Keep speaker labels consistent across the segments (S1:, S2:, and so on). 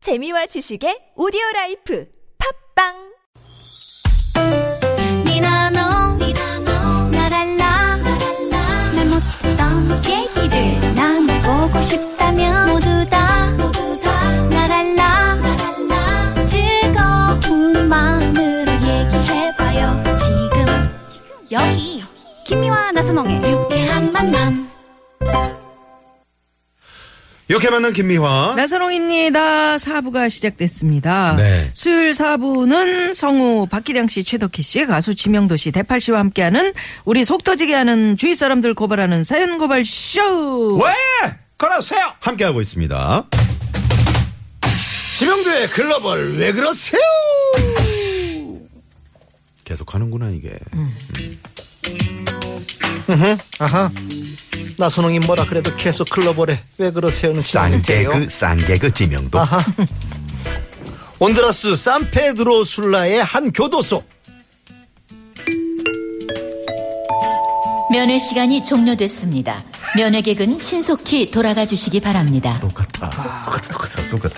S1: 재미와 지식의 오디오 라이프 팝빵
S2: 니나 너 나랄라 말 못했던 얘기를 나눠보고 싶다면 모두 다 나랄라 즐거운 마음으로 얘기해봐요 지금 여기 김미와 나선홍의 유쾌한 만남
S3: 이렇게 만난
S4: 네.
S3: 김미화.
S5: 나선홍입니다. 어? 사부가 시작됐습니다.
S3: 네.
S5: 수요일 사부는 성우 박기량 씨, 최덕희 씨, 가수 지명도 씨, 대팔 씨와 함께하는 우리 속터지게 하는 주위 사람들 고발하는 사연 고발 쇼.
S6: 왜? 그러세요.
S3: 함께하고 있습니다.
S6: 지명도의 글로벌 왜 그러세요?
S3: 계속 하는구나, 이게.
S6: 음. 아하. 나 선홍이 뭐라 그래도 계속 글로벌에 왜 그러세요는 진짜 아닌데요.
S3: 쌍개그, 쌍개그 지명도.
S6: 아하. 온드라스 산페드로 술라의 한 교도소.
S4: 면회 시간이 종료됐습니다. 면회객은 신속히 돌아가 주시기 바랍니다.
S3: 똑같아. 똑같아, 똑같아, 똑같아.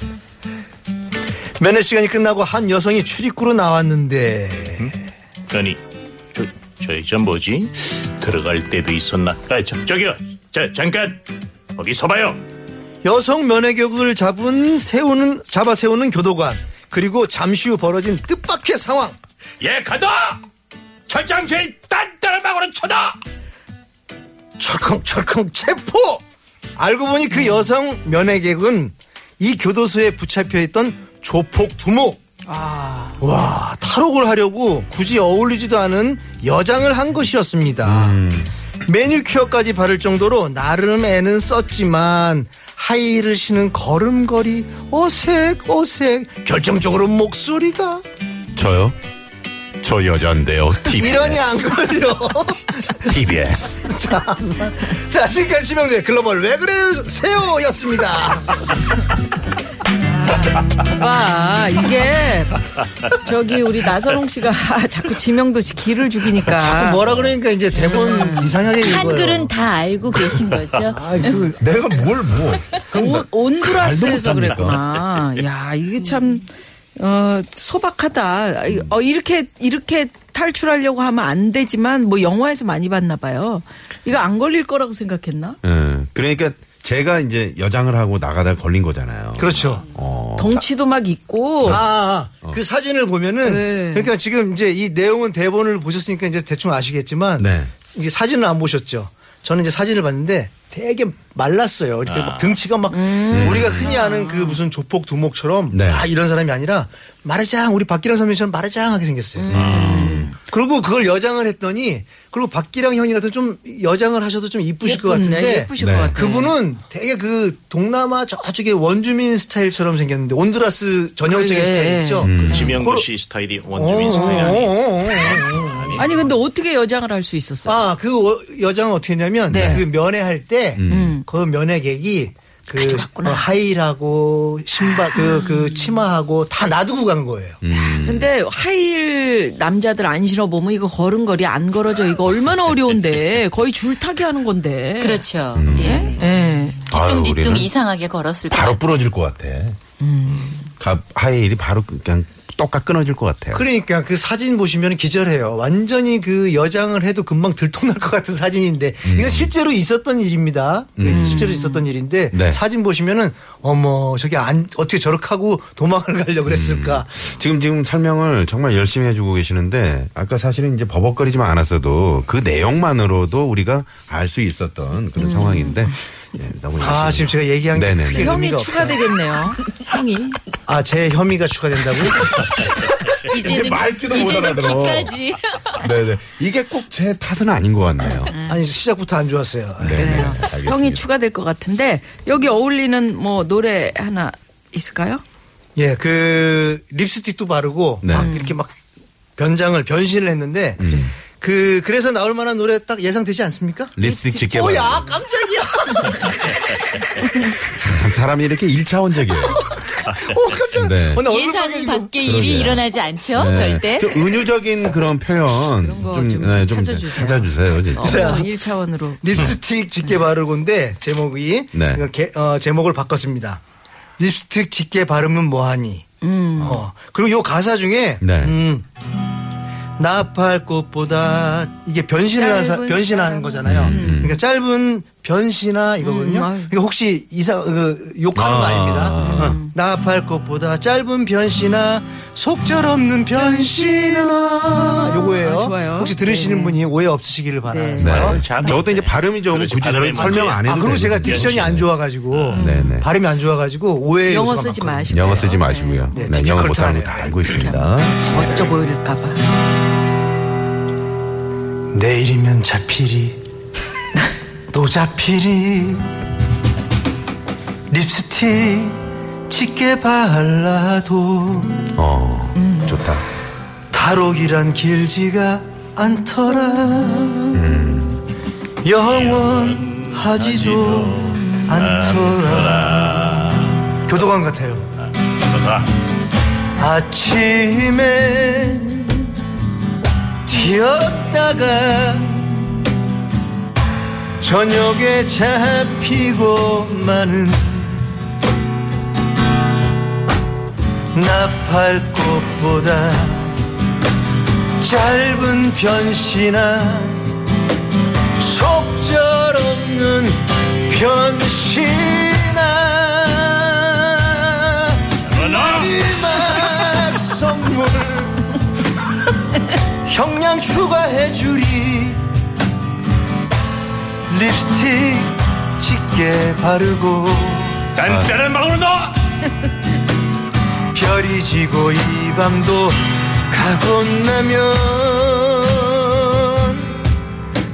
S6: 면회 시간이 끝나고 한 여성이 출입구로 나왔는데
S7: 아니, 저, 저 여자 뭐지? 들어갈 때도 있었나? 아, 저, 저기요. 자, 잠깐. 거기 서봐요.
S6: 여성 면회격을 잡은 세우는 잡아 세우는 교도관 그리고 잠시 후 벌어진 뜻밖의 상황.
S7: 예, 가다! 철장 제일 단단한 방으로 쳐다!
S6: 철컹철컹 체포! 알고 보니 그 여성 면회객은 이 교도소에 붙잡혀 있던 조폭 두목. 와, 탈옥을 하려고 굳이 어울리지도 않은 여장을 한 것이었습니다. 매니큐어까지 바를 정도로 나름 애는 썼지만 하이힐을 신은 걸음걸이 어색어색 결정적으로 목소리가
S3: 저요? 저 여잔데요. TBS.
S6: 이러니 안 걸려.
S3: TBS.
S6: 자, 지금까지 지명대 글로벌 왜 그러세요? 였습니다.
S5: 봐, 이게 저기 우리 나선홍 씨가 자꾸 지명도 씨 길을 죽이니까.
S6: 자꾸 뭐라 그러니까 이제 대본 이상하게 읽어요.
S4: 한글은 다 알고 계신 거죠?
S3: 네.
S6: 아이, 그,
S3: 내가 뭘, 뭐.
S5: 그러니까
S6: 그러니까
S5: 온- 온두라스에서
S3: 말도 못합니까?
S5: 그랬구나. 야, 이게 참, 어, 소박하다. 어, 이렇게, 이렇게 탈출하려고 하면 안 되지만, 뭐, 영화에서 많이 봤나 봐요. 이거 안 걸릴 거라고 생각했나?
S3: 예, 그러니까 제가 이제 여장을 하고 나가다가 걸린 거잖아요.
S6: 그렇죠.
S3: 어.
S5: 덩치도 막 있고,
S6: 아, 아, 그 사진을 보면은
S5: 네.
S6: 그러니까 지금 이제 이 내용은 대본을 보셨으니까 이제 대충 아시겠지만
S3: 네.
S6: 이제 사진을 안 보셨죠. 저는 이제 사진을 봤는데 되게 말랐어요. 이렇게 막 등치가 막 우리가 흔히 아는 그 무슨 조폭 두목처럼
S3: 네.
S6: 아 이런 사람이 아니라 마르장 우리 박기량 선배처럼 마르장하게 생겼어요. 음. 그리고 그걸 여장을 했더니 그리고 박기량 형이 같은 좀 여장을 하셔도 좀 이쁘실 것
S5: 예쁘네.
S6: 같은데
S5: 예쁘실
S3: 네.
S5: 것 같아.
S6: 그분은 되게 그 동남아 저쪽에 원주민 스타일처럼 생겼는데 온두라스 전형적인
S5: 그러게.
S6: 스타일 있죠.
S5: 음.
S6: 어,
S7: 지명도
S6: 고로-
S7: 씨 스타일이 원주민 스타일이 아니에요.
S5: 아니, 근데 어떻게 여장을 할 수 있었어? 요
S6: 아, 그 워- 여장은 어떻게 했냐면
S5: 네. 음.
S6: 그 면회할 때 그 면회객이 그
S5: 가져갔구나.
S6: 어, 하일하고 신발 그, 그 치마하고 다 놔두고 간 거예요.
S5: 근데 하이힐 남자들 안 신어보면 이거 걸음걸이 안 걸어져. 이거 얼마나 어려운데. 거의 줄타기 하는 건데.
S4: 그렇죠. 예.
S5: 예.
S3: 음. 아유,
S4: 뒤뚱뒤뚱
S3: 우리는
S4: 이상하게 걸었을 것
S3: 바로 그
S4: 같아요.
S3: 부러질 것 같아.
S6: 음.
S3: 가, 하이힐이 바로 그냥 똑같 끊어질 것 같아요.
S6: 그러니까 그 사진 보시면 기절해요. 완전히 그 여장을 해도 금방 들통날 것 같은 사진인데
S3: 음.
S6: 이건 실제로 있었던 일입니다. 그 실제로 있었던 일인데
S3: 네.
S6: 사진 보시면은 어머 저게 안 어떻게 저렇게 하고 도망을 가려고 그랬을까.
S3: 지금 지금 설명을 정말 열심히 해주고 계시는데 아까 사실은 이제 버벅거리지만 않았어도 그 내용만으로도 우리가 알 수 있었던
S6: 음.
S3: 그런 상황인데 예, 너무
S6: 아
S3: 열심히.
S6: 지금 제가 얘기한 게
S3: 네네네.
S6: 크게
S5: 형이
S6: 의미가 없다.
S5: 추가되겠네요. 형이.
S6: 아제 혐의가 추가된다고요?
S4: 이제는
S3: 말귀도 못
S4: 이제는
S3: 알아들어.
S4: 키까지.
S3: 네네 이게 꼭 제 탓은 아닌 것 같네요.
S6: 아니 시작부터 안 좋았어요.
S3: 네네
S5: 그래요.
S3: 알겠습니다.
S5: 형이 추가될 것 같은데 여기 어울리는 뭐 노래 하나 있을까요?
S6: 예, 그 립스틱도 바르고
S3: 네. 음.
S6: 막 이렇게 막 변장을 변신을 했는데 그 그래서 나올 만한 노래 딱 예상되지 않습니까?
S3: 립스틱 짓게
S6: 어,
S3: 말하는
S6: 야, 깜짝이야.
S3: 참 사람이 이렇게 1차원적이에요.
S6: 오, 깜짝.
S3: 네.
S6: 어, 나 얼굴
S4: 예상
S6: 빨개지고.
S4: 밖의
S3: 그러게요.
S4: 일이 일어나지 않죠? 절대.
S3: 그 은유적인 그런 표현
S5: 그런 거
S3: 좀,
S5: 좀
S3: 네,
S5: 찾아주세요.
S3: 찾아주세요, 진짜.
S5: 어,
S6: 있어요.
S5: 1차원으로.
S6: 립스틱 짙게 바르고인데 제목이
S3: 네.
S6: 이렇게, 어, 제목을 바꿨습니다. 립스틱 짙게 바르면 뭐하니.
S5: 음.
S6: 어. 그리고 요 가사 중에
S3: 네.
S6: 음, 나팔 꽃보다 이게 변신을 한 사-
S5: 짧은
S6: 변신하는
S5: 사람은-
S3: 음,
S6: 거잖아요. 그러니까 짧은 변신아 이거거든요.
S5: 음, 아유.
S6: 그러니까 혹시 이사 그, 욕하는 거
S3: 아.
S6: 아닙니다. 어, 나팔 꽃보다 짧은 변신아 속절없는 변신아 요거예요.
S5: 아, 좋아요.
S6: 혹시 들으시는
S5: 네.
S6: 분이 오해 없으시길
S3: 네.
S6: 바라면서요.
S7: 참.
S3: 저것도 이제 발음이 좀
S7: 그렇지,
S3: 굳이
S7: 발음이
S3: 그런 설명
S7: 맞지.
S3: 안 해도
S6: 어. 아, 그리고 제가
S3: 되는데.
S6: 딕션이 안 좋아가지고
S3: 네네.
S6: 발음이 안 좋아가지고 오해
S5: 영어 쓰지
S6: 그
S5: 마시고.
S3: 영어 쓰지 마시고요.
S6: 네,
S3: 네,
S6: 디피컬
S3: 영어 못하는 거 다
S6: 타임에.
S3: 알고 있습니다.
S5: 어쩌 보일까봐.
S6: 내일이면 자필이 또 자필이 립스틱 짙게 발라도
S3: 어, 좋다.
S6: 탈옥이란 길지가 않더라 음. 영원하지도 않더라 교도관 같아요
S7: 아,
S6: 아침에 뛰었다가 저녁에 잡히고 마는 나팔꽃보다 짧은 변신아 속절없는 변신아 마지막 선물 형량 추가해주리 립스틱 짙게 바르고
S7: 단짠한 방울로 넣어.
S6: 별이 지고 이 밤도 가고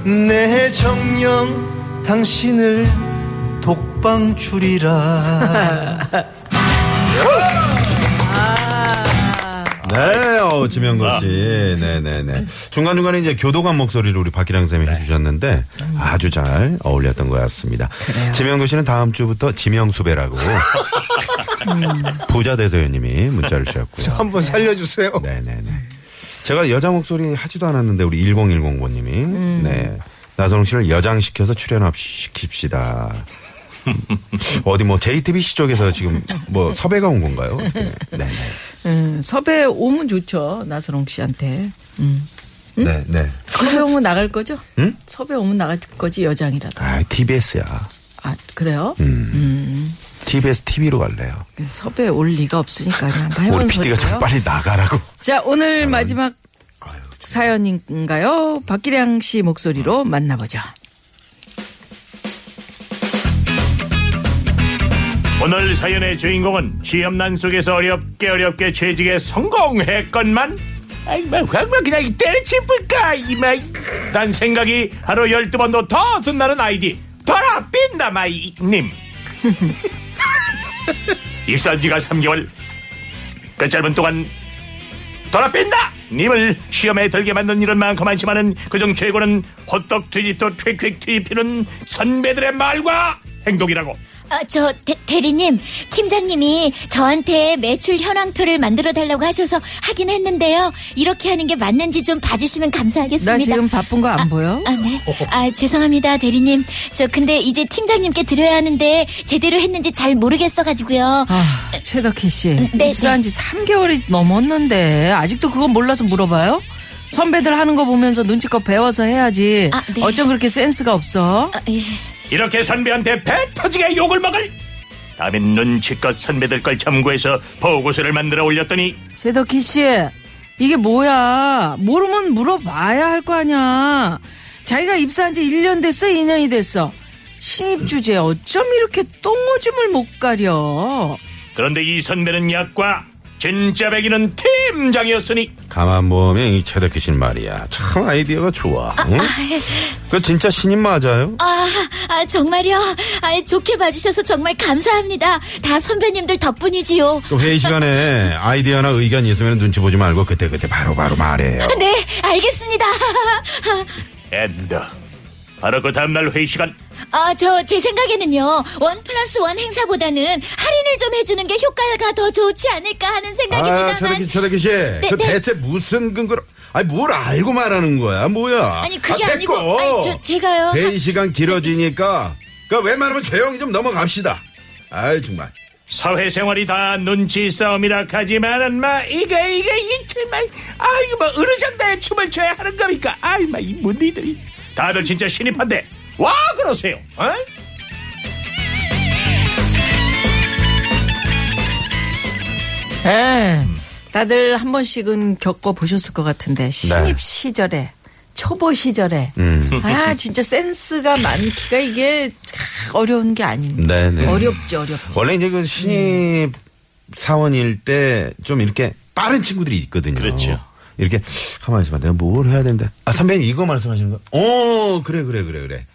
S6: 나면 내 정령 당신을 독방 줄이라
S5: 아,
S3: 네, 어, 지명건 씨. 네네네. 중간중간에 이제 교도관 목소리를 우리 박기량 쌤이 해주셨는데 아주 잘 어울렸던 것 같습니다. 지명건 씨는 다음 주부터 지명수배라고 부자 대서연님이 문자를 주셨고요.
S6: 한번 살려주세요
S3: 네네네. 제가 여자 목소리 하지도 않았는데 우리 1010번님이
S5: 음.
S3: 네 나선홍 씨를 여장시켜서 출연합시킵시다. 어디 뭐 JTBC 쪽에서 지금 뭐 섭외가 온 건가요? 네. 네네.
S5: 음, 섭외 오면 좋죠. 나선홍 씨한테. 음.
S3: 네, 네.
S5: 섭외 오면 나갈 거죠?
S3: 응?
S5: 섭외 오면 나갈 거지 여장이라도.
S3: 아 TBS야.
S5: 아 그래요?
S3: 음. TBS TV로 갈래요.
S5: 섭외 올 리가 없으니까 그냥 한번
S3: 우리
S5: 해보는
S3: PD가 좀
S5: 소리고요.
S3: 빨리 나가라고.
S5: 자 오늘 마지막 사연인가요? 박기량 씨 목소리로 만나보죠.
S7: 오늘 사연의 주인공은 취업난 속에서 어렵게 어렵게 취직에 성공했건만 아이마 황마 그냥 때려치울까 이마 난 생각이 하루 열두 번도 더 든다는 아이디 더라 빛나마이님 입사한 지가 3개월 그 짧은 동안 더라 뺀다 님을 시험에 들게 만든 일은 많고 많지만은 그중 최고는 호떡 뒤집도 퀵퀵 뒤집히는 선배들의 말과 행동이라고
S2: 아, 저 대, 대리님, 팀장님이 저한테 매출 현황표를 만들어 달라고 하셔서 하긴 했는데요. 이렇게 하는 게 맞는지 좀 봐주시면 감사하겠습니다.
S5: 나 지금 바쁜 거 안 보여?
S2: 아, 네. 아, 죄송합니다, 대리님. 저 근데 이제 팀장님께 드려야 하는데 제대로 했는지 잘 모르겠어 가지고요.
S5: 아, 최덕희 씨.
S2: 네,
S5: 입사한 지 3개월이 넘었는데 아직도 그건 몰라서 물어봐요? 선배들 하는 거 보면서 눈치껏 배워서 해야지.
S2: 아, 네.
S5: 어쩜 그렇게 센스가 없어?
S2: 아, 예.
S7: 이렇게 선배한테 배 터지게 욕을 먹을 다음엔 눈치껏 선배들 걸 참고해서 보고서를 만들어 올렸더니
S5: 최덕희 씨, 이게 뭐야? 모르면 물어봐야 할 거 아니야. 자기가 입사한 지 1년 됐어, 2년이 됐어. 신입 주제 어쩜 이렇게 똥오줌을 못 가려?
S7: 그런데 이 선배는 약과 진짜 백이는 팀장이었으니
S3: 가만 보면 이 최덕기 씨 말이야. 참 아이디어가 좋아. 응?
S5: 예.
S3: 그 진짜 신인
S5: 어.
S3: 맞아요?
S2: 아, 아, 정말요? 아, 좋게 봐주셔서 정말 감사합니다. 다 선배님들 덕분이지요.
S3: 그 회의 시간에 아이디어나 의견 있으면 눈치 보지 말고 그때그때 바로바로 말해요.
S2: 네, 알겠습니다.
S7: 엔더 바로 그 다음날 회의 시간
S2: 아, 저 제 생각에는요. 원 플러스 원 행사보다는 할인을 좀 해주는 게 효과가 더 좋지 않을까 하는
S3: 아,
S2: 생각입니다만.
S3: 최덕기, 최덕기 씨. 그
S2: 네.
S3: 대체 무슨 근거로, 아니, 뭘 알고 말하는 거야? 뭐야?
S2: 아니, 그게
S3: 아,
S2: 아, 니고
S3: 됐고.
S2: 아니, 저, 네. 제가요.
S3: 그러니까 회의 시간 길어지니까, 그 웬만하면 조용히 좀 넘어갑시다. 아이, 정말.
S7: 사회생활이 다 눈치 싸움이라 하지만은 마 이게 이게 이 정말 아이고 뭐 으르장다에 춤을 춰야 하는 겁니까? 아이 마이 문디들이 다들 진짜 신입한데 와 그러세요? 어?
S3: 네.
S5: 예. 다들 한 번씩은 겪어 보셨을 것 같은데
S3: 네.
S5: 신입 시절에 초보 시절에
S3: 음.
S5: 아 진짜 센스가 많기가 이게 참 어려운 게 아닌데
S3: 네네.
S5: 어렵지 어렵지.
S3: 원래 이제 그 신입 사원일 때 좀 이렇게 빠른 친구들이 있거든요.
S7: 그렇죠.
S3: 어. 이렇게 가만히 있어봐. 내가 뭘 해야 되는데. 아, 선배님 이거 말씀하시는 거. 어, 그래, 그래, 그래, 그래.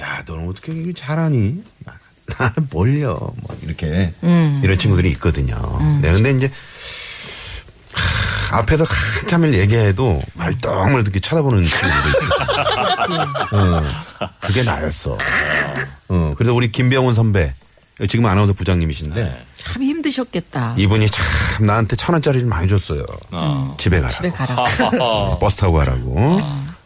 S3: 야, 너는 어떻게 이걸 잘하니? 나 몰려. 뭐, 이렇게. 이런 친구들이 있거든요. 네, 근데 이제, 하, 앞에서 한참을 얘기해도 말똥을 이렇게 쳐다보는 친구들이 있어요. 어, 그게 나였어. 어, 그래서 우리 김병훈 선배, 지금 아나운서 부장님이신데,
S5: 참 힘드셨겠다.
S3: 이분이 참 나한테 천 원짜리를 많이 줬어요. 집에 가라.
S5: 집에 가라.
S4: 아.
S3: 버스 타고 가라고.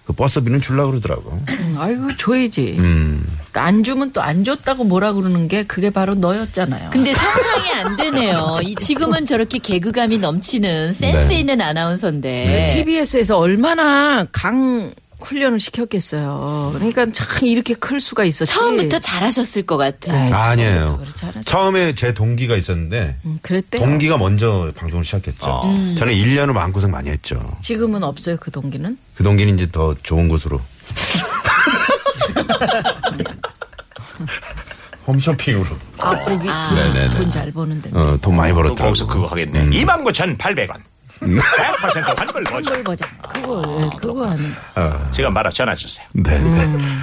S3: 그 버스비는 줄라 그러더라고.
S5: 음, 아이고 줘야지.
S3: 음.
S5: 안 주면 또 안 줬다고 뭐라 그러는 게 그게 바로 너였잖아요.
S4: 근데 상상이 안 되네요. 이 지금은 저렇게 개그감이 넘치는 센스
S3: 네.
S4: 있는 아나운서인데. 네.
S5: TBS에서 네. 얼마나 강 훈련을 시켰겠어요. 그러니까 참 이렇게 클 수가 있었지.
S4: 처음부터
S3: 네.
S4: 잘하셨을 것 같아.
S5: 아이,
S3: 아니에요.
S5: 그렇지 않았어요.
S3: 처음에 제 동기가 있었는데
S5: 음, 그랬대요.
S3: 동기가 먼저 방송을 시작했죠.
S5: 어.
S3: 음. 저는 1년을 마음고생 많이 했죠.
S5: 지금은 없어요 그 동기는.
S3: 그 동기는 이제 더 좋은 곳으로. 홈쇼핑으로.
S5: 아 거기
S3: 네네네.
S5: 돈 잘 버는데.
S3: 어, 돈 많이
S7: 또
S3: 벌었더라고.
S7: 거기서 그거 하겠네. 29,800원. 100% 환불
S5: 걸
S7: 거죠.
S5: 버자. 그거 예, 그거 하는.
S7: 제가 말아 전화 주세요.
S3: 네, 네.
S5: 음.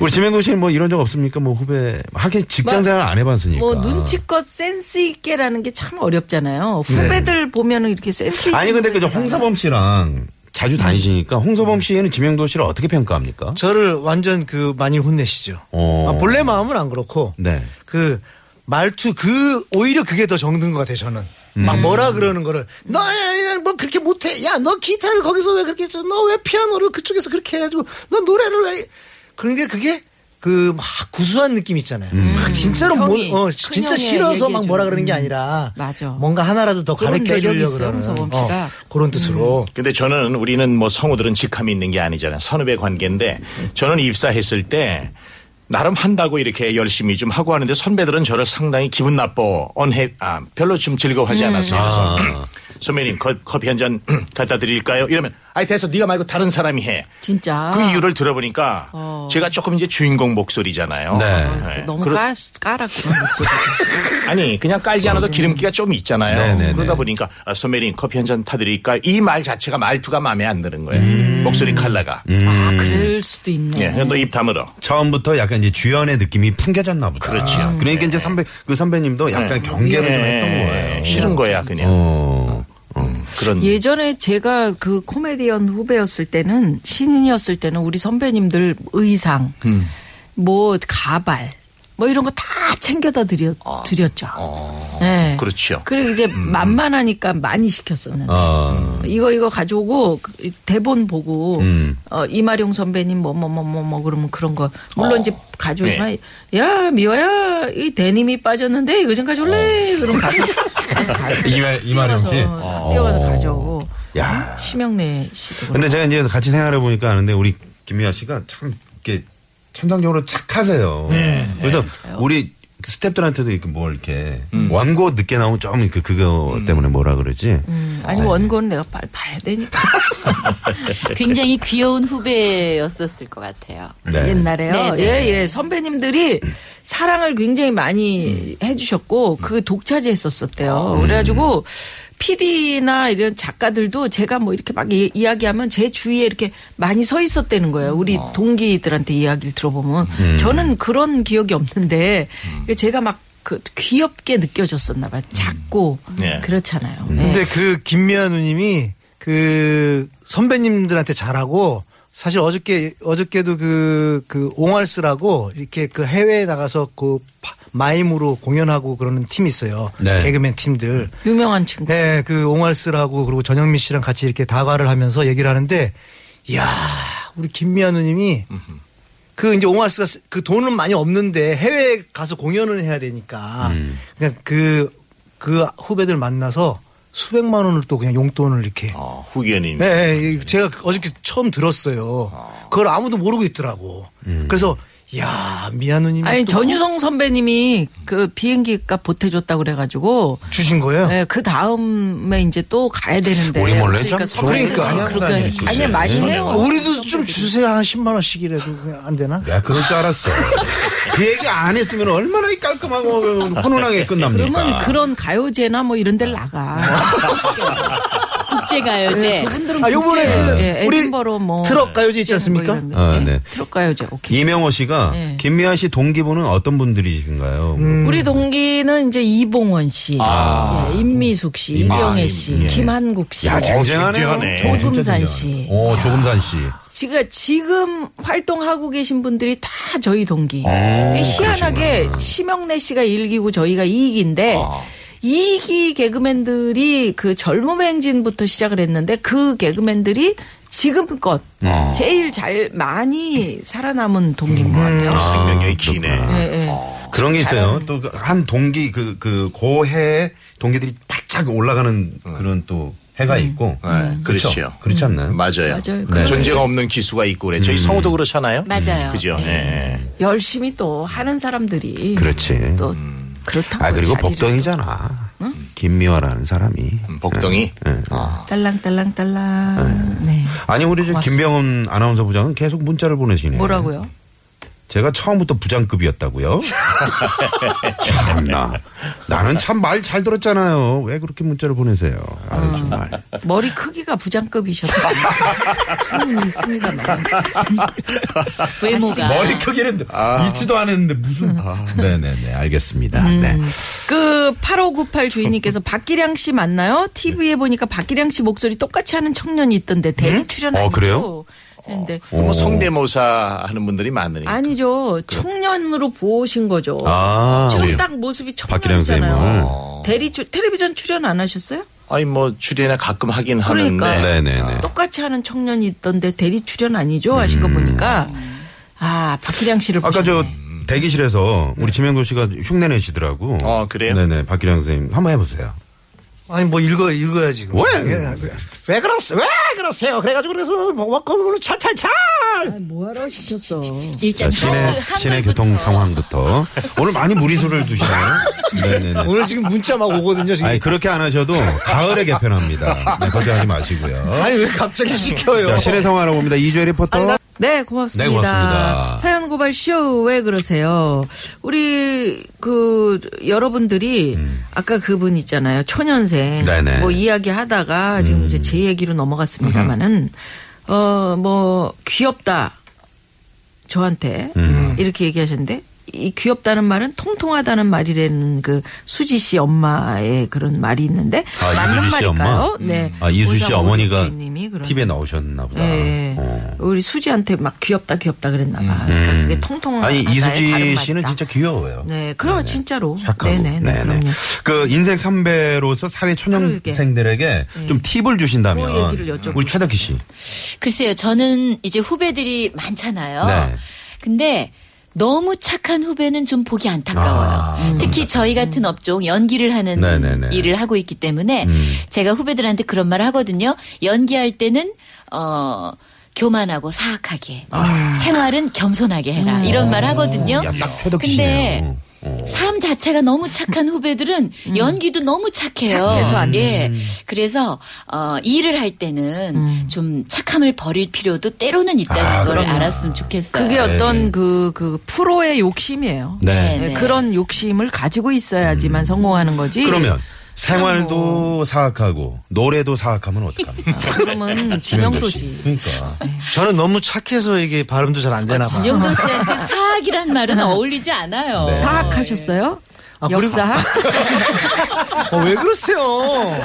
S3: 우리 지명도 씨는 뭐 이런 적 없습니까? 뭐 후배 하긴 직장 생활 안 해봤으니까.
S5: 뭐 눈치껏 센스 있게라는 게 참 어렵잖아요. 후배들 보면은 이렇게 센스 있게.
S3: 아니 근데 그저 홍서범 씨랑 자주 다니시니까 홍서범 씨에는 지명도 씨를 어떻게 평가합니까?
S6: 저를 완전 그 많이 혼내시죠.
S3: 어.
S6: 아, 본래 마음은 안 그렇고
S3: 네.
S6: 그 말투 그 오히려 그게 더 적는 것 같아요. 저는
S3: 음.
S6: 막 뭐라 그러는 거를 너뭐 그렇게 못해. 야 너 기타를 거기서 왜 그렇게 했어? 너 왜 피아노를 그쪽에서 그렇게 해가지고 너 노래를 왜? 그런데 그게 그 막 구수한 느낌 있잖아요.
S3: 음.
S6: 막 진짜로 뭐,
S5: 형이,
S6: 어,
S5: 큰
S6: 진짜
S5: 형이
S6: 싫어서 막
S5: 얘기해주는.
S6: 뭐라 그러는 게 아니라
S5: 맞아.
S6: 뭔가 하나라도 더
S5: 그런
S6: 가르쳐
S5: 매력이
S6: 주려고
S5: 있어요,
S6: 그러는
S5: 홍서범 씨가. 음.
S6: 그런 뜻으로.
S7: 근데 저는 우리는 뭐 성우들은 직함이 있는 게 아니잖아요. 선후배 관계인데 저는 입사했을 때 나름 한다고 이렇게 열심히 좀 하고 하는데 선배들은 저를 상당히 기분 나빠 언해 아 별로 좀 즐거워하지 않았어요. 그래서 선배님 거- 커피 한 잔 갖다 드릴까요? 이러면 아이 됐어 네가 말고 다른 사람이 해.
S5: 진짜.
S7: 그 이유를 들어보니까
S5: 아. 어.
S7: 제가 조금 이제 주인공 목소리잖아요.
S3: 네.
S7: 네.
S5: 너무
S7: 그러-
S5: 까 까라 그런 목소리.
S7: 아니 그냥 깔지 않아도 기름기가 좀 있잖아요.
S3: 네네네.
S7: 그러다 보니까 아, 선배님 커피 한 잔 타드릴까? 이 말 자체가 말투가 마음에 안 드는 거예요. 목소리 칼라가.
S3: 음.
S5: 아 그럴 수도 있네.
S7: 예, 너 입 다물어.
S3: 처음부터 약간 이제 주연의 느낌이 풍겨졌나 보다.
S7: 그렇지요.
S3: 그러니까 이제 선배 그 선배님도
S7: 네.
S3: 약간 경계를 좀 했던 거예요.
S7: 예. 싫은 거야 그냥
S3: 어. 어.
S7: 그런.
S5: 예전에 제가 그 코미디언 후배였을 때는 신인이었을 때는 우리 선배님들 의상, 뭐 가발, 뭐 이런 거 다 챙겨다 드려 드렸죠. 예.
S7: 그렇죠.
S5: 아. 그리고 이제 만만하니까 많이 시켰었는데
S3: 음. 어.
S5: 이거 이거 가져오고 그 대본 보고
S3: 음.
S5: 어, 이마룡 선배님 뭐 뭐 뭐 뭐 뭐 그러면 그런 거
S3: 어.
S5: 물론 이제 가져오지만
S3: 네.
S5: 야 미화야 이 데님이 빠졌는데 이거 좀 가져올래 그럼 가서
S3: 어. 이마- 이마룡 씨?
S5: 뛰어가서, 뛰어가서 가져오고
S3: 야.
S5: 심영래 씨도
S3: 근데 제가 이제 같이 생활해 보니까 아는데 우리 김미아 씨가 참 이렇게 천상적으로 착하세요.
S7: 네.
S3: 그래서
S5: 네.
S3: 우리 스탭들한테도 이렇게 뭘 이렇게
S7: 음.
S3: 원고 늦게 나오면 좀 이렇게 그거
S5: 음.
S3: 때문에 뭐라 그러지.
S5: 그렇고. 음,
S3: 네.
S5: 아니 원고는 내가 빨리 봐야 되니까
S4: 굉장히 귀여운 후배였었을 것 같아요.
S3: 네.
S5: 옛날에요
S4: 네, 네.
S5: 예예 선배님들이 사랑을 굉장히 많이
S6: 음.
S5: 해주셨고 그 독차지했었었대요 그래가지고 PD나 이런 작가들도 제가 뭐 이렇게 막 이, 야기하면제 주위에 이렇게 많이 서 있었다는 거예요 우리
S6: 어.
S5: 동기들한테 이야기를 들어보면
S6: 음.
S5: 저는 그런 기억이 없는데 제가 막 그 귀엽게 느껴졌었나 봐요. 작고
S7: 네.
S5: 그렇잖아요. 예.
S6: 음. 근데 그 김미아누님이 그 선배님들한테 잘하고 사실 어저께 어저께도 그 그 옹알스라고 이렇게 그 해외에 나가서 그 파- 마임으로 공연하고 그러는 팀이 있어요.
S3: 네.
S6: 개그맨 팀들.
S5: 유명한 친구.
S6: 네, 그 옹알스라고 그리고 전영미 씨랑 같이 이렇게 다과를 하면서 얘기를 하는데, 이야, 우리 김미아누님이 그 이제 옹알스가 스- 그 돈은 많이 없는데 해외에 가서 공연을 해야 되니까 그냥 그 그 후배들 만나서 수백만 원을 또 그냥 용돈을 이렇게.
S7: 아, 후견인.
S6: 네, 예, 예. 제가 어저께 처음 들었어요. 그걸 아무도 모르고 있더라고. 그래서 야 미안 누님
S5: 아니 전유성 선배님이 그 비행기 값 보태줬다 그래가지고
S6: 주신 거예요.
S5: 예, 그 다음에 이제 또 가야 되는데.
S3: 우리 몰래 좀
S5: 선배님
S6: 그러니까
S5: 아니,
S6: 하는
S5: 그러니까
S6: 거
S3: 아니겠어요?
S5: 아니 많이
S3: 네.
S5: 해요.
S6: 우리도 좀 주세요 한 10만 원씩이라도 그냥 안 되나?
S3: 야, 그럴 줄 알았어. 그 얘기 안 했으면 얼마나 이 깔끔하고 훈훈하게 끝납니까?
S5: 네, 그러면 그런 가요제나 뭐 이런 데를 나가.
S4: 국제가요제.
S6: 아 요번에 그
S5: 예,
S6: 우리
S5: 에딘버러 뭐
S6: 트럭 가요제 있지
S5: 뭐
S6: 않습니까?
S5: 이런 데.
S3: 아,
S5: 예,
S3: 네.
S5: 트럭 가요제 오케이.
S3: 이명호 씨가
S5: 네.
S3: 김미아 씨 동기분은 어떤 분들이신가요?
S7: 음,
S5: 우리 동기는 이제 이봉원 씨, 예, 임미숙 씨, 이병혜 씨,
S3: 예.
S5: 김한국 씨,
S3: 야, 쟁쟁하네.
S7: 어, 쟁쟁하네.
S5: 조금산 씨.
S3: 오, 어, 조금산 씨.
S5: 지금 지금 활동하고 계신 분들이 다 저희 동기.
S3: 아,
S5: 근데 희한하게 심영래 씨가 1기고 저희가 2기인데
S3: 아.
S5: 2기 개그맨들이 그 젊음 행진부터 시작을 했는데 그 개그맨들이 지금껏
S3: 어.
S5: 제일 잘 많이 살아남은 동기인 것 같아요.
S7: 생명력이 기네.
S3: 음.
S5: 예, 예.
S3: 그런 게 있어요. 또 한 동기 그, 그, 고해 동기들이 바짝 올라가는 그런 또 해가
S5: 음.
S3: 있고.
S7: 어. 네,
S3: 그렇죠.
S7: 그렇지요.
S3: 그렇지 않나요?
S7: 맞아요.
S3: 네.
S5: 맞아요.
S7: 그 존재가 없는 기수가 있고 그래.
S3: 음.
S7: 저희 성우도 그렇잖아요.
S4: 맞아요.
S7: 그죠. 네.
S5: 열심히 또 하는 사람들이
S3: 그렇지.
S5: 또 그렇다고
S3: 아, 그리고
S5: 자리를
S3: 복덩이잖아. 김미화라는 사람이.
S7: 음, 복덩이.
S3: 예, 예.
S5: 또 딸랑딸랑딸랑. 네.
S3: 아니, 우리 저
S5: 고맙습니다.
S3: 김병훈 아나운서 부장은 계속 문자를 보내시네요.
S5: 뭐라고요?
S3: 제가 처음부터 부장급이었다고요? 참나. 나는 참 말 잘 들었잖아요. 왜 그렇게 문자를 보내세요?
S5: 음.
S3: 아유, 정말.
S5: 머리 크기가 부장급이셨다. 소문이 있습니다만.
S4: 외모가.
S3: 머리 크기는 있지도 아. 않았는데 무슨. 네네네. 알겠습니다.
S5: 음.
S3: 네.
S5: 그 8598 주인님께서 박기량 씨 맞나요? TV에 보니까 박기량 씨 목소리 똑같이 하는 청년이 있던데 대리 출연
S3: 어,
S5: 아니죠?
S3: 그래요? 어,
S5: 했는데
S7: 뭐 성대모사 하는 분들이 많으니까.
S5: 아니죠. 청년으로 보신 거죠.
S3: 아,
S5: 지금
S3: 우리
S5: 딱 모습이
S3: 박기량
S5: 청년이잖아요.
S3: 선생님을.
S5: 대리 출 텔레비전 출연 안 하셨어요?
S7: 아니 뭐 출연이나 가끔 하긴
S5: 그러니까.
S7: 하는데.
S3: 네네네.
S5: 똑같이 하는 청년이 있던데 대리 출연 아니죠? 하신 거 보니까 아 박기량 씨를
S3: 음. 아까
S5: 보셨네.
S3: 저 대기실에서 우리 지명도 씨가 흉내 내시더라고.
S7: 아, 그래요?
S3: 네네. 박기량 선생님. 한번 해보세요.
S6: 아니 뭐 읽어 읽어야지.
S3: 왜?
S6: 예, 왜 그러세요? 왜 그러세요? 그래가지고 그래서 뭐거으로 찰찰찰.
S5: 뭐하러 시켰어?
S4: 일단
S5: 예,
S3: 자,
S5: 그
S3: 시내,
S4: 한글-
S3: 시내
S4: 한글부터.
S3: 교통 상황부터. 오늘 많이 무리수를 두시나요? 네네네.
S6: 오늘 지금 문자 막 오거든요. 지금.
S3: 아니,
S6: 아니,
S3: 그렇게 안 하셔도 가을에 개편합니다. 네, 걱정하지 마시고요.
S6: 왜 갑자기 시켜요?
S3: 자, 시내 상황 알아봅니다. 이주혜 리포터.
S5: 네, 고맙습니다.
S3: 네, 고맙습니다.
S5: 사연 고발 쇼, 왜 그러세요? 우리, 그, 여러분들이, 아까 그분 있잖아요. 초년생.
S3: 음. 네네. 음.
S5: 뭐 이야기 하다가, 지금 이제 제 얘기로 넘어갔습니다만은, 어, 뭐, 귀엽다. 저한테,
S3: 음.
S5: 이렇게 얘기하셨는데, 이 귀엽다는 말은 통통하다는 말이라는 그 수지 씨 엄마의 그런 말이 있는데
S3: 아,
S5: 맞는
S3: 이수지 씨
S5: 말일까요?
S3: 엄마?
S5: 네.
S3: 아, 이수 씨
S5: 오사오리
S3: 어머니가
S5: 주인님이 그런
S3: TV에 나오셨나 보다.
S5: 예.
S3: 어. 음.
S5: 우리 수지한테 막 귀엽다 귀엽다 그랬나 봐. 그러니까 그게 통통한
S3: 아니,
S5: 나의
S3: 이수지
S5: 발음말이다.
S3: 씨는 진짜 귀여워요.
S5: 네, 그럼 진짜로.
S3: 착하고.
S5: 네네, 네, 그럼요.
S3: 그 인생 선배로서 사회 초년생들에게 좀 팁을 주신다면
S5: 뭐 네. 얘기를 여쭤보고
S3: 우리 최덕희 씨.
S4: 글쎄요, 저는 이제 후배들이 많잖아요.
S3: 네.
S4: 근데 너무 착한 후배는 좀 보기 안타까워요.
S3: 아,
S4: 특히 저희 같은 업종 연기를 하는
S3: 네네네. 음.
S4: 일을 하고 있기 때문에 제가 후배들한테 그런 말을 하거든요. 연기할 때는 어 교만하고 사악하게 생활은 겸손하게 해라
S3: 음.
S4: 이런 말 하거든요.
S3: 아. 야, 딱 최덕희
S4: 근데
S3: 씨네요. 어.
S4: 삶 자체가 너무 착한 후배들은 연기도 너무 착해요.
S5: 착해서 안
S4: 예. 그래서 어, 일을 할 때는 좀 착함을 버릴 필요도 때로는 있다는
S3: 아,
S4: 걸
S3: 그럼요.
S4: 알았으면 좋겠어요.
S5: 그게
S3: 네.
S5: 어떤 그, 그 프로의 욕심이에요.
S3: 네. 음.
S4: 네.
S5: 그런 욕심을 가지고 있어야지만 성공하는 거지.
S3: 그러면
S5: 뭐.
S3: 생활도 사악하고 노래도 사악하면 어떡합니까?
S5: 그러면
S3: 지명도 씨.
S5: 지명도지.
S3: 그러니까.
S6: 저는 너무 착해서 이게 발음도 잘 안
S5: 아,
S6: 되나 봐.
S4: 지명도 씨한테 사악이란 말은 어울리지 않아요.
S5: 네. 사학하셨어요?
S6: 아, 그리고-
S5: 역사학?
S6: 어, 왜 그러세요?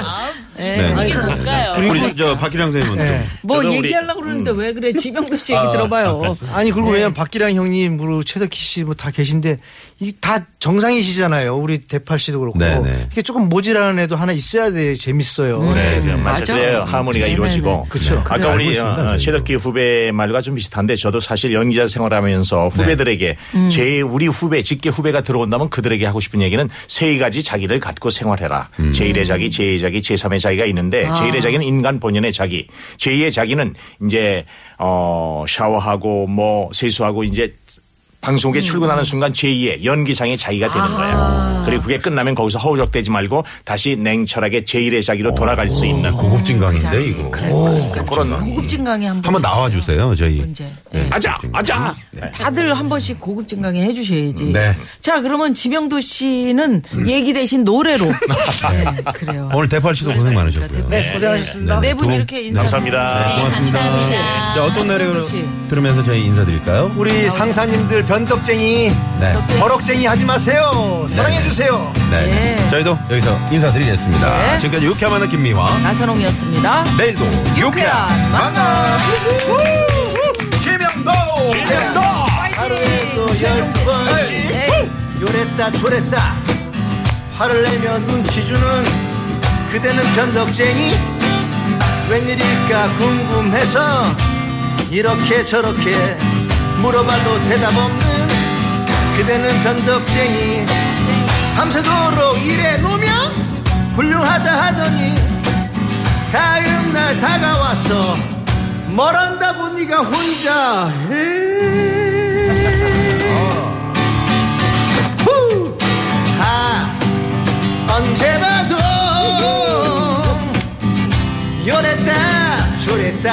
S5: 예.
S3: 네.
S4: 그게 뭔가요?
S3: 우리 저 박기량 선생님은
S6: 네.
S3: 좀.
S5: 뭐
S7: 저도 우리-
S5: 얘기하려고
S3: 음.
S5: 그러는데 왜 그래? 지명도 씨
S3: 아,
S5: 얘기 들어봐요.
S6: 아니 그리고 왜냐면 박기량 형님, 뭐 최덕희 씨 뭐 다 계신데 이 다 정상이시잖아요. 우리 대팔 씨도 그렇고
S3: 네, 네.
S6: 이게 조금 모자라는 애도 하나 있어야 돼 재밌어요.
S5: 음.
S7: 네, 네,
S5: 맞아.
S7: 맞아요. 하모니가 이루어지고.
S6: 그쵸.
S7: 네. 아까
S3: 알고
S7: 우리
S3: 있습니다,
S7: 어,
S3: 저희도.
S7: 최덕기 후배 말과 좀 비슷한데 저도 사실 연기자 생활하면서 후배들에게 제 우리 후배 직계 후배가 들어온다면 그들에게 하고 싶은 얘기는 세 가지 자기를 갖고 생활해라. 제1의 자기, 제2의 자기, 제3의 자기가 있는데 제1의 자기는 인간 본연의 자기, 제2의 자기는 이제 어 샤워하고 뭐 세수하고 이제 방송에 출근하는 순간 제2의 연기상의 자기가 되는 거예요. 그리고 그게 끝나면 거기서 허우적대지 말고 다시 냉철하게 제1의 자기로 돌아갈 수 있는
S3: 고급진 강인데 이거.
S7: 그런
S5: 고급진 강의 한번
S3: 한번 나와주세요 저희.
S5: 언제?
S3: 네,
S7: 아자
S3: 고급진
S7: 아자
S5: 다들 한 번씩 고급진 강의 해주셔야지.
S3: 네.
S5: 자, 그러면 지명도 씨는 얘기 대신 노래로. 네, 그래요.
S3: 오늘 대팔 씨도 고생 많으셨고요.
S6: 네, 고생하셨습니다.
S3: 어, 네,
S5: 네 분
S3: 두 분
S5: 이렇게 인사.
S7: 감사합니다.
S3: 네, 고맙습니다.
S4: 감사합니다.
S3: 자, 어떤 노래
S5: 정동훈 씨.
S3: 들으면서 저희 인사드릴까요?
S6: 우리
S5: 아.
S6: 상사님들 변덕쟁이,
S3: 네.
S6: 버럭쟁이 하지 마세요. 사랑해 주세요.
S3: 네.
S5: 네.
S3: 저희도 여기서 인사드리겠습니다.
S5: 네.
S3: 지금까지 유쾌한 만남 김미화.
S5: 나선홍이었습니다.
S3: 내일도 유쾌한
S5: 유쾌한
S3: 만남. 지명도.
S6: 하루에도 열두 번씩
S5: 네.
S6: 요랬다 조랬다 화를 내며 눈치 주는 그대는 변덕쟁이 웬일일까 궁금해서 이렇게 저렇게 물어봐도 대답 없는 그대는 변덕쟁이 밤새도록 일해 놓으면 훌륭하다 하더니 다음 날 다가와서 뭘 한다고 네가 혼자
S3: 어.
S6: 해 후! 아, 언제 봐도 요랬다 저랬다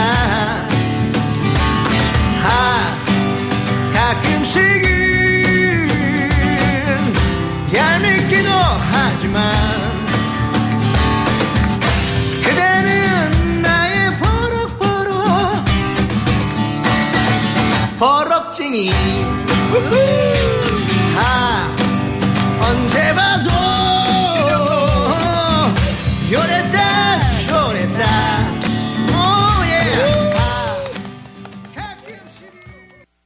S6: 아 가끔씩은 얄밉기도 하지만 그대는 나의 버럭버럭 버럭쟁이 우후. 아 언제 봐도 요랬다